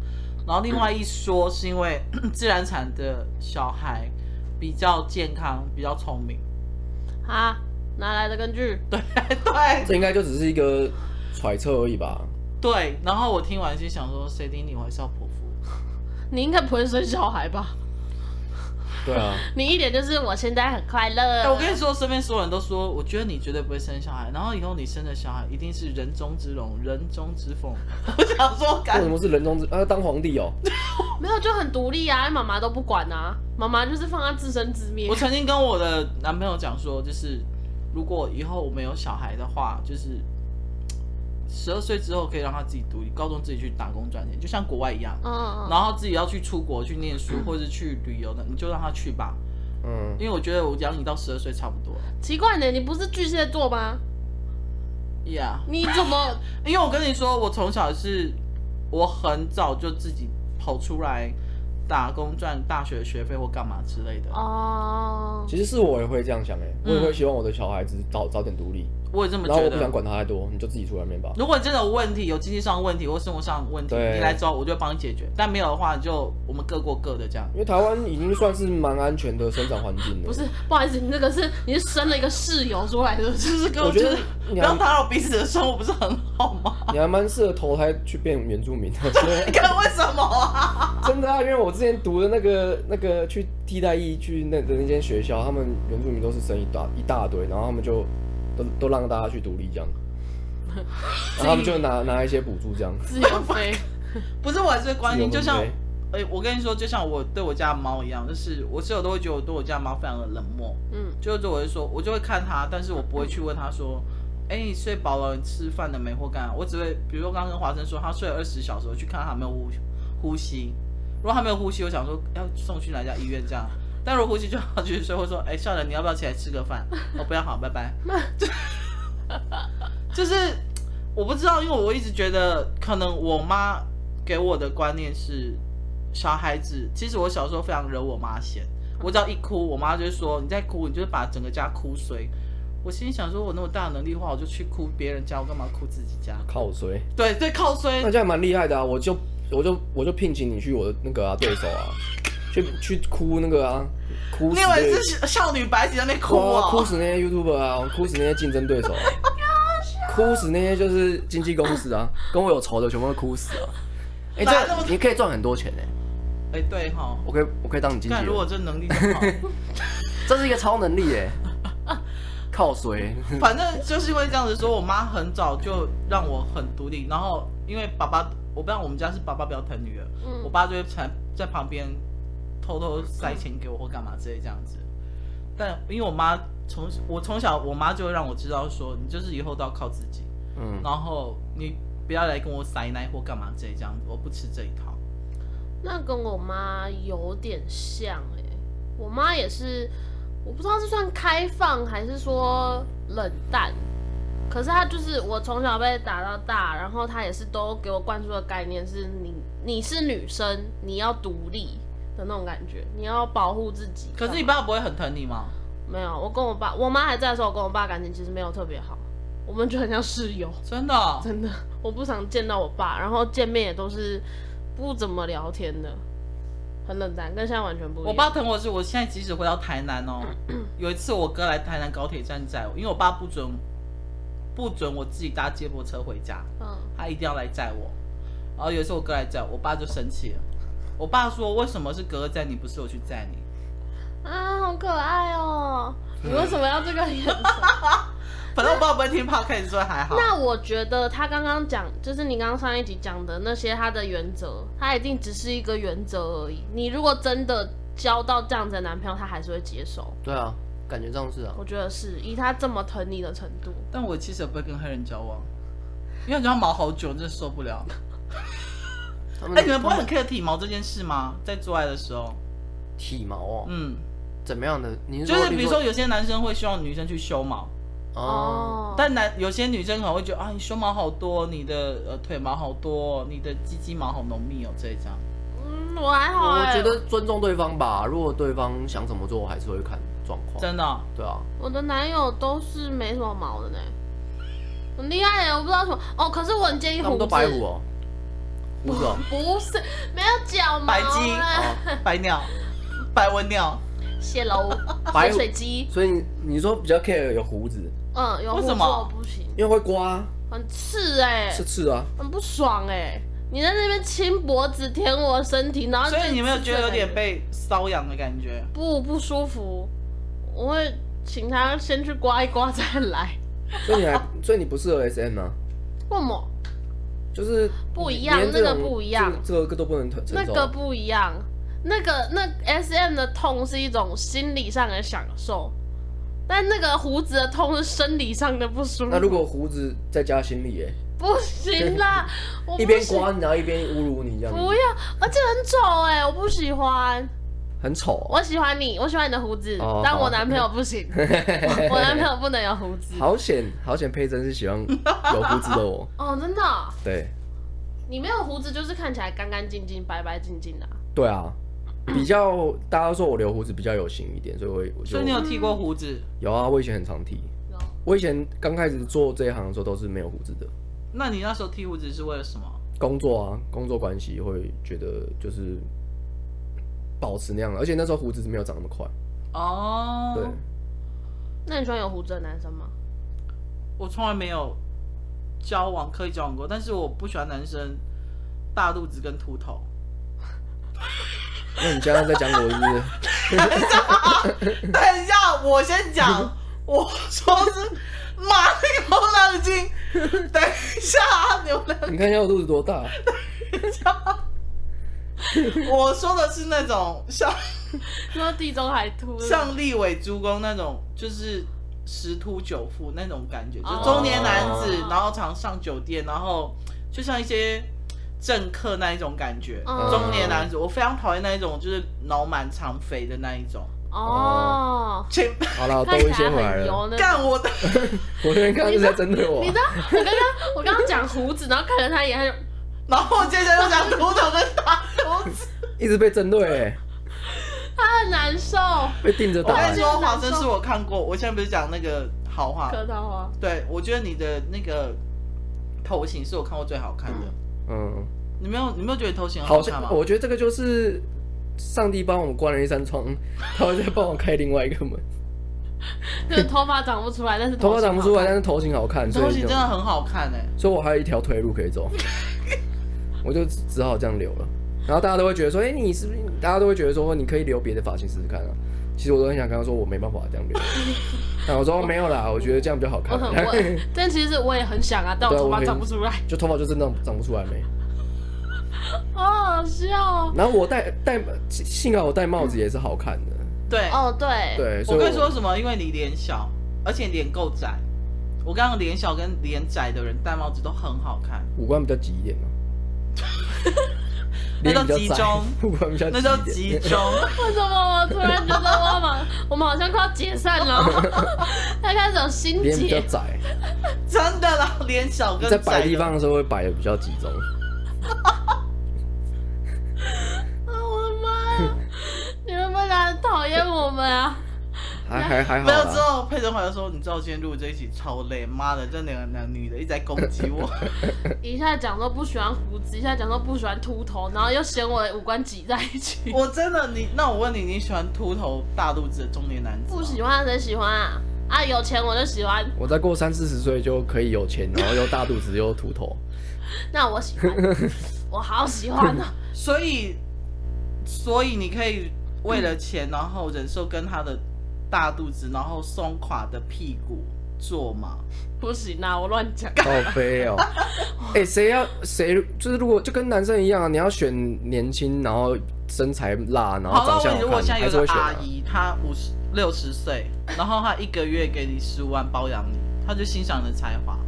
然后另外一说是因为 自然产的小孩比较健康，比较聪明， 啊，哪来的根据？对，对这应该就只是一个揣测而已吧。对。然后我听完心想说，谁顶你我还是要剖腹，你应该不会生小孩吧？ 对 啊，你一点就是我现在很快乐。哎、我跟你说，身边所有人都说，我觉得你绝对不会生小孩，然后以后你生的小孩一定是人中之龙，人中之凤。 我想说，为感什么是人中之啊当皇帝哦、没有就很独立啊，妈妈都不管啊，妈妈就是放她自生自灭我。曾经跟我的男朋友讲说，就是如果以后我们有小孩的话，就是十二岁之后可以让他自己独立，高中自己去打工赚钱，就像国外一样。嗯嗯嗯，然后自己要去出国去念书，或者去旅游的，你就让他去吧，嗯，因为我觉得我养你到十二岁差不多了。奇怪呢，你不是巨蟹座吗？ Yeah，你怎么？因为我跟你说，我从小是，我很早就自己跑出来打工赚大学学费或干嘛之类的。哦，其实是我也会这样想哎、我也嗯会希望我的小孩子早早点独立，我也这么然后觉我不想得。管他太多，你就自己出外面吧。如果你真的有问题，有经济上的问题或生活上的问题，对你来找我，我就会帮你解决。但没有的话，你就我们各过各的这样。因为台湾已经算是蛮安全的生长环境了。不是，，不好意思，你那个是你是生了一个室友出来的，就是跟我觉就得是不你要还打扰彼此的生活，不是很好 吗？你还蛮适合投胎去变原住民的，真你的看为什么啊？真的啊！因为我之前读的那个那个去替代役去那的那间学校，他们原住民都是生一大一大堆，然后他们就都都让大家去独立这样，然后他们就拿拿一些补助这样。自由飞。不是，我还是会关心，自由分就像配，哎、我跟你说，就像我对我家的猫一样，就是我室友都会觉得我对我家的猫非常的冷漠。嗯，就是我会说，我就会看他，但是我不会去问他说，哎、你睡饱了，你吃饭了没或干嘛？我只会，比如说刚刚跟华生说，他睡了二十小时，我去看他有没有呼呼吸。如果他没有呼吸，我想说要送去哪家医院这样。但如果呼吸就要继续睡，或说，哎、笑人，你要不要起来吃个饭？哦，不要好，拜拜。就是我不知道，因为我一直觉得，可能我妈给我的观念是，小孩子其实我小时候非常惹我妈嫌，我只要一哭，我妈就会说你在哭，你就是把整个家哭碎。我心里想说，我那么大的能力的话，我就去哭别人家，我干嘛哭自己家？靠谁？对对，靠衰那这样蛮厉害的啊！我就我就我就聘请你去我的那个啊对手啊，去去哭那个啊，哭你死以那为个是少女白起在那边哭哇哦？哭死那些 YouTuber 啊，哭死那些竞争对手啊，哭死那些就是经纪公司 啊，跟我有仇的全部都哭死啊！哎、哪那么这你可以赚很多钱哎、哎、对哈，我可以我可以当你经纪看人如，果这能力就 好，这是一个超能力 哎、靠谁？反正就是因为这样子说，我妈很早就让我很独立，然后因为爸爸，我不知道我们家是爸爸比较疼女儿，嗯我爸就会在在旁边偷偷塞钱给我或干嘛之类这样子。但因为我妈从我从小我妈就会让我知道说，你就是以后都要靠自己，嗯，然后你不要来跟我塞奶或干嘛这这样子，我不吃这一套。那跟我妈有点像哎、我妈也是，我不知道是算开放还是说冷淡。可是她就是我从小被打到大，然后她也是都给我灌输的概念是你你是女生，你要独立的那种感觉，你要保护自己。可是你爸不会很疼你吗？没有，我跟我爸我妈还在的时候，我跟我爸感情其实没有特别好，我们就很像室友。真的哦、真的，我不常见到我爸，然后见面也都是不怎么聊天的，很冷淡，跟现在完全不一样。我爸疼我是，我现在即使回到台南 哦，有一次我哥来台南高铁站载我，因为我爸不准不准我自己搭接驳车回家，嗯，他一定要来载我。然后有一次我哥来载我，我爸就生气了。我爸说：“为什么是哥哥载你，不是我去载你啊，好可爱哦！你为什么要这个眼神？？”反正我爸不会听 p o d 说还好。那我觉得他刚刚讲，就是你刚刚上一集讲的那些他的原则，他一定只是一个原则而已。你如果真的交到这样子的男朋友，他还是会接受。对啊，感觉上是啊。我觉得是以他这么疼你的程度，但我其实也不会跟黑人交往，因为我觉得毛好久，真的受不了。他哎、你们不会很 care 体毛这件事吗？在做爱的时候，体毛哦，嗯，怎么样的？你就说是比如说有些男生会希望女生去修毛，哦，但男有些女生可能会觉得啊，你胸毛好多，你的呃腿毛好多，你的鸡鸡毛好浓密哦，这一张。嗯，我还好我哎、觉得尊重对方吧。如果对方想怎么做，我还是会看状况。真的 哦、对啊，我的男友都是没什么毛的呢，很厉害哎、我不知道什么哦。可是我很介意他胡们子，都白虎哦，胡 子哦，啊不是没有脚毛白鸡哦啦，白鸟， 白文鸟，蟹 楼、白白水鸡，所以你你说比较 care 有胡子，嗯，有为胡什子么我不行，因为会刮啊很刺哎、是刺啊，很不爽哎、你在那边亲脖子、舔我身体，然后所以你有没有觉得有点被？被瘙痒的感觉？不不舒服？我会请他先去刮一刮再来。所以你 还所以你不适合 SM 啊，为什么？就是不一样连这种那个不一样这这个都不能承那承受个啊。不一样，那个那 S M 的痛是一种心理上的享受，但那个胡子的痛是生理上的不舒服。那如果胡子再加心理，哎，不行啦，我不一边喜刮你，然后一边侮辱你，这样不子要，而且很丑哎、我不喜欢。很丑哦。我喜欢你，我喜欢你的胡子，哦但好我男朋友不行，我男朋友不能有胡子。好险，好险！佩珍是喜欢有胡子的我， 哦，真的哦、对你没有胡子就是看起来干干净净、白白净净的啊、对啊，比较大家都说我留胡子比较有型一点，所以我我就所以你有剃过胡子？有啊，我以前很常剃，然后我以前刚开始做这一行的时候都是没有胡子的，那你那时候剃胡子是为了什么？工作啊，工作关系会觉得就是保持那样的，而且那时候胡子没有长那么快，哦，对，那你喜欢有胡子的男生吗？我从来没有交往刻意交往过，但是我不喜欢男生大肚子跟秃头。那你现在在讲我是不 是？等一下，我先嗯讲，我说是马牛 浪金。等一下啊，牛浪，你看一下我肚子多大，我说的是那种像说地中海秃的，像立伟猪公那种，就是十秃九富那种感觉，就哦是中年男子哦，然后常上酒店，然后就像一些政客那一种感觉，嗯中年男子，我非常讨厌那一种，就是脑满肠肥的那一种。哦，请好了，我 都看起一来些回来很油了，呢。干我的，我那边刚刚是在针对我你知，道我刚刚我刚刚讲胡子，然后看着他眼，他就然后我接着又讲秃头跟 大胡子。一直被针对、欸，他很难受。被盯着我打、跟欸，你说，华生是我看过，我现在不是讲那个好话，磕到啊，对我觉得你的那个头型是我看过最好看的。嗯。你没有，你没有觉得头型很好看像吗？我觉得这个就是上帝帮我们关了一扇窗，他会再帮我开另外一个门。就是头发长不出来，但是头发长不出来，但型是头型好看，所头以型就真的很好看哎、所以我还有一条退路可以走， 我就只好这样留了。然后大家都会觉得说，哎、你是不是？大家都会觉得说，哦你可以留别的发型试试看啊。其实我都很想跟他说，我没办法这样留。 但我说没有 啦，我觉得这样比较好好看看。我。很问，但其实我也很想啊，但我对啊头我发可以长不出来， 就头发就是那种长不出来没。好好笑哦。哦 然后我戴戴，幸好我戴帽子也是好看的，对，哦，对，对，所我以跟你说什么？因为你脸小，而且脸够窄。我刚刚脸小跟脸窄的人戴帽子都很好看，五官比较急一 点嘛，那叫脸比较集窄 中五官比较那叫急一集点。 中。为什么我突然觉得我们 我们好像快要解散 了？他开始有心脸比较结， 窄，真的啦，脸小跟在窄摆的地方的时候会摆的比较集中。啊，我的妈呀！你们不然讨厌我们啊？还还还好没有之啦，后，佩珍回来说：“你知道我今天录这一集超累，妈的，这两个男女的一直在攻击我。一下讲说不喜欢胡子，一下讲说不喜欢秃头，然后又嫌我的五官挤在一起。我真的，你那我问你，你喜欢秃头大肚子的中年男子吗？不喜欢谁喜欢啊？啊，有钱我就喜欢，我再过三四十岁就可以有钱，然后又大肚子又秃头。那我喜 欢，我好喜欢啊！所以，所以你可以为了钱，然后忍受跟他的大肚子，然后松垮的屁股做吗？不行啊，我乱讲。好悲哦！哎、谁要谁就是如果就跟男生一样啊，你要选年轻，然后身材辣，然后好长相了，我如果好现看，在还有是会个选、阿啊。姨，她五十六十岁，然后她一个月给你十五万包养你，她就欣赏你的才华，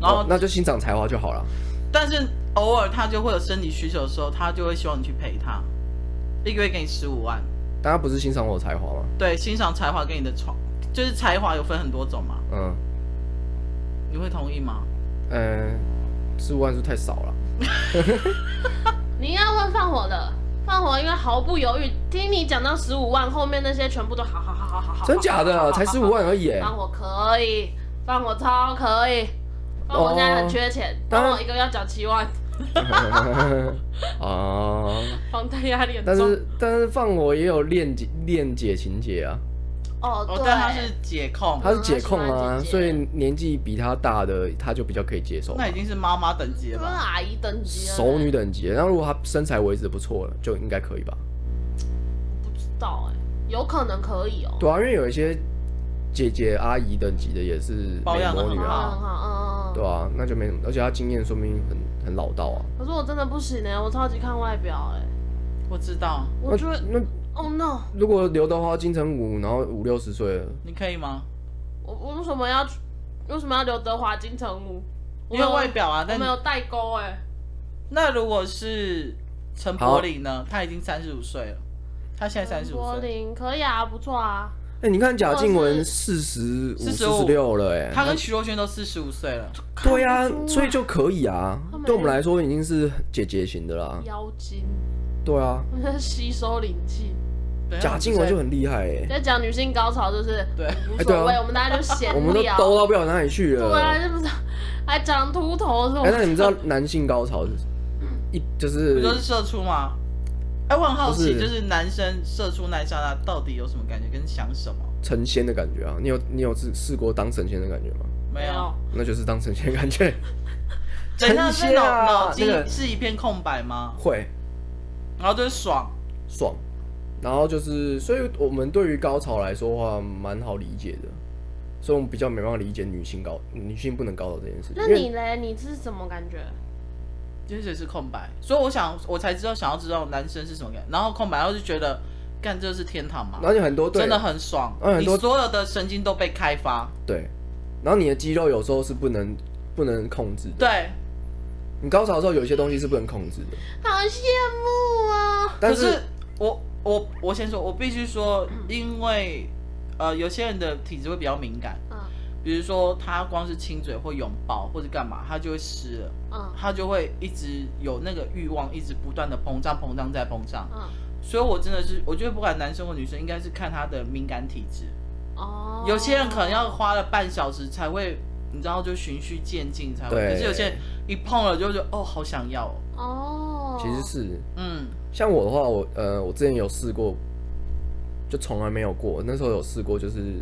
然后哦、那就欣赏才华就好了。但是偶尔他就会有生理需求的时候，他就会希望你去陪他，一个月给你十五万，大家不是欣赏我的才华吗？对，欣赏才华跟你的床，就是才华有分很多种嘛，嗯，你会同意吗？呃，十五万是太少了。你应该问放火的，放火因为毫不犹豫，听你讲到十五万，后面那些全部都好好好好好好，真假好的，才十五。好好好万而已耶。放火可以，放火超可以，放火现在很缺钱，当然放火一个月要缴七万，哦，房贷压力很但重。是但是放火也有恋解恋解情节啊，哦，哦，但他对是，解控，他是解控喜欢啊，姐姐所以年纪比他大的他就比较可以接受吧那，已经是妈妈等级了跟吧？阿姨等级了。熟女等级。然后如果他身材维持得不错了，就应该可以吧？不知道哎、有可能可以哦、对啊，因为有一些姐姐阿姨等级的也是保美养得魔很女很啊，好，很好，嗯嗯嗯。对啊，那就没什么，而且她经验说明很很老道啊。可是我真的不行哎、我超级看外表哎、我知道，我那觉得那，Oh no，如果刘德华、金城武，然后五六十岁了，你可以吗？我我为什么要为什么要刘德华、金城武？我因没为有外表啊，我但没有代沟哎、那如果是陈柏霖呢？他已经三十五岁了，他现在三十柏五岁，林可以啊，不错啊。哎、你看贾静或者是雯四十五、四45十六了、哎，他跟徐若瑄都四十五岁了。对啊看不出，来所以就可以啊他们，对我们来说已经是姐姐型的啦。妖精， 对啊，我在吸收灵气。等一下贾静雯就很厉害哎、在讲女性高潮就是对。无哎对啊所谓，我们大家就闲我们都聊。兜到不了哪里去了。对啊，这不是 还讲秃头是吗？哎、那你们 知道男性高潮是一就是不就是射出吗？哎、我很好奇，不是就是男生射出那一刹那到底有什么感觉，跟想什么？成仙的感觉啊？你有你有试试过当神仙的感觉吗？没有，，那就是当神仙的感觉 整个是成仙脑啊脑筋那个是一片空白吗？会然后就是爽，爽，然后就是，所以我们对于高潮来说的话，蛮好理解的，所以我们比较没办法理解女性高女性不能高潮这件事情。那因为你嘞？你是什么感觉？就是是空白，所以我想我才知道想要知道男生是什么感觉，然后空白，然后就觉得干这是天堂嘛然，后有很多对真的很爽，嗯很你多所有的神经都被开发，对，然后你的肌肉有时候是不能不能控制的，对，你高潮的时候有一些东西是不能控制的，好羡慕啊！但可我我我先说，我必须说，因为呃有些人的体质会比较敏感，嗯比如说他光是亲嘴或拥抱或者干嘛，他就会湿了，嗯他就会一直有那个欲望，一直不断的膨胀、膨胀再膨胀。嗯，所以我真的是，我觉得不管男生或女生，应该是看他的敏感体质。哦，有些人可能要花了半小时才会，你知道，就循序渐进才会。对可是有些人一碰了就觉得哦，好想要哦。哦，其实是嗯，像我的话，我呃，我之前有试过，就从来没有过。那时候有试过，就是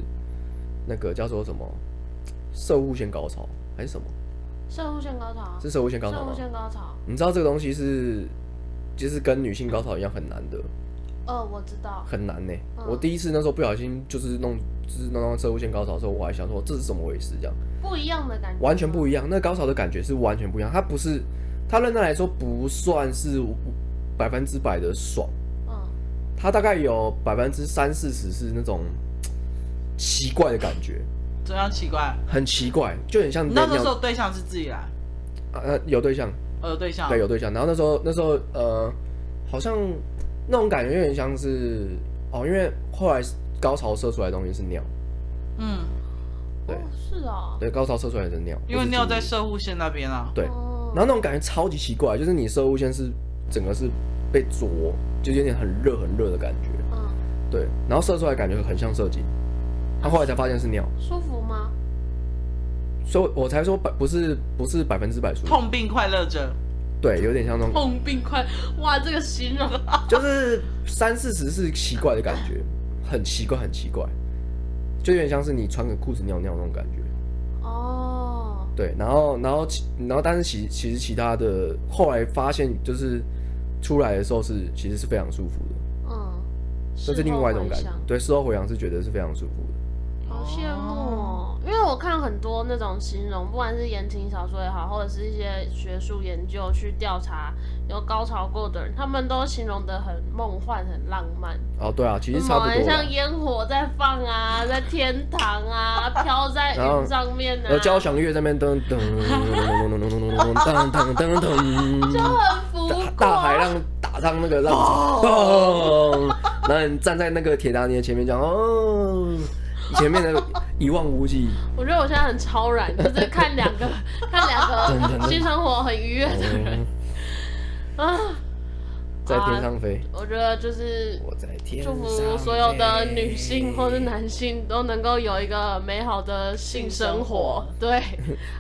那个叫做什么射物线高潮还是什么？射物线高潮啊，是射物线高潮射物吗？线高潮，你知道这个东西是，就是跟女性高潮一样很难的，呃，我知道，很难呢、嗯我第一次那时候不小心就是弄，就是弄到射物线高潮的时候，我还想说这是怎么回事，这样不一样的感觉，完全不一样。那高潮的感觉是完全不一样，它不是，它认真来说不算是百分之百的爽。嗯，它大概有百分之三四十是那种奇怪的感觉，怎样奇怪？很奇怪，就很像你人那时要候对象是自己来，呃有对象，呃，对象对有对象，然后那时候那时候呃，好像那种感觉有点像是哦，因为后来高潮射出来的东西是尿，嗯，对哦，是啊，对，高潮射出来的是尿，因不为是尿精在液射护线那边啊，对，哦然后那种感觉超级奇怪，就是你射物线是整个是被灼，就有点很热很热的感觉，嗯，对，然后射出来感觉很像射精，他后来才发现是尿，舒服吗？所以我才说百不是不是百分之百舒服，痛并快乐着，对，有点像那种，痛并快，哇，这个形容啊，就是三四十是奇怪的感觉，很奇怪很奇怪，就有点像是你穿个裤子尿尿那种感觉，哦，对，然后然后其然后但是其其实其他的后来发现就是出来的时候是其实是非常舒服的。嗯，这是另外一种感事觉后回。想对，事后回想是觉得是非常舒服的。好羡慕哦！因为我看很多那种形容，不管是言情小说也好，或者是一些学术研究去调查有高潮过的人，他们都形容的很梦幻、很浪漫，哦，对啊，其实什差不么多啦像。烟火在放啊，在天堂 啊，飘在云上面啊，然后呃交响乐这边噔噔噔噔噔噔噔噔噔就噔哦很浮夸噔，大海浪打上那个浪哦， 然后你站在那个铁达尼的前面讲哦，前面的一望无际，我觉得我现在很超然，就是看两 个看两个性生活很愉悦的人 啊，在天上飞，我觉得就是我在天祝上福所有的女性或是男性都能够有一个美好的性生 活。对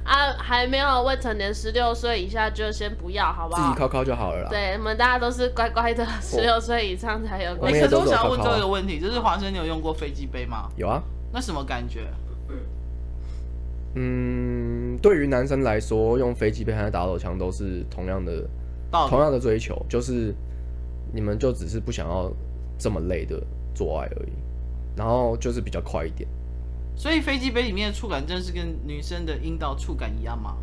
啊，还没有未成年十六岁以下就先不要，好不自己啊好？靠靠就好了啦。对，我们大家都是乖乖的，十六岁以上才有我关们系。也哎，可是都我走想要靠问靠最后啊一个问题，就是华生，你有用过飞机杯吗？有啊，那什么感觉？嗯，对于男生来说，用飞机杯和打手枪都是同样的到同样的追求，就是你们就只是不想要这么累的做爱而已，然后就是比较快一点。所以飞机杯里面的触感真是跟女生的阴道触感一样吗？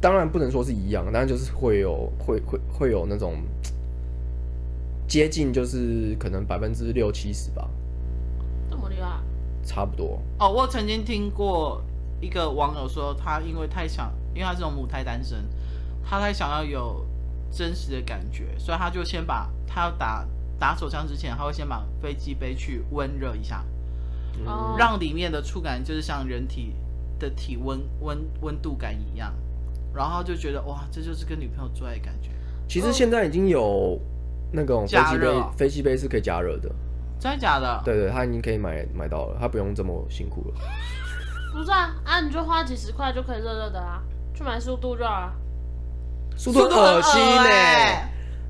当然不能说是一样，但是就是会有会会会有那种接近，就是可能百分之六七十吧，这么啊厉害，差不多。哦，我曾经听过一个网友说，他因为太想，因为他这种母胎单身，他太想要有真实的感觉，所以他就先把他要打打手枪之前，他会先把飞机杯去温热一下，嗯哦让里面的触感就是像人体的体温温温度感一样，然后他就觉得哇，这就是跟女朋友做爱的感觉，其实现在已经有那种飞加机热杯啊，飞机杯是可以加热的，真的假的？对对，它已经可以买买到了，它不用这么辛苦了。不是啊，啊，你就花几十块就可以热热的啦，去买速度热啊。速速度度很很恶恶心呢、欸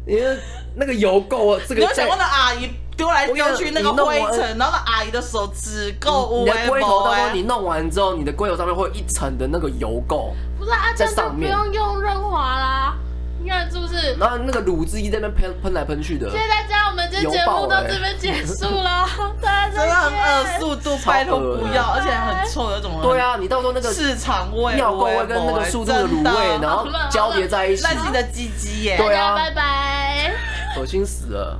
你的那个油垢啊，这你个有想在过那阿姨丢来丢去那个我跟你你灰弄我尘，然后那阿姨的手只够无你的为龟头，到时哎候你。弄完之后，你的龟头上面会有一层的那个油垢，不是啊，这在样就上不面用用润滑啦，你看是不是？然后那个乳汁一直在那边喷喷来喷去的谢，谢大家，我们今天节目到这边结束了，欸大家真的很再恶，见。速度拜托不要，恶而且很臭，有一种对，啊，你到时候那个市场味、尿垢味跟那个素度的乳味，真的然后交叠在一起，那是你的鸡鸡耶，对大家啊拜拜。恶心死了。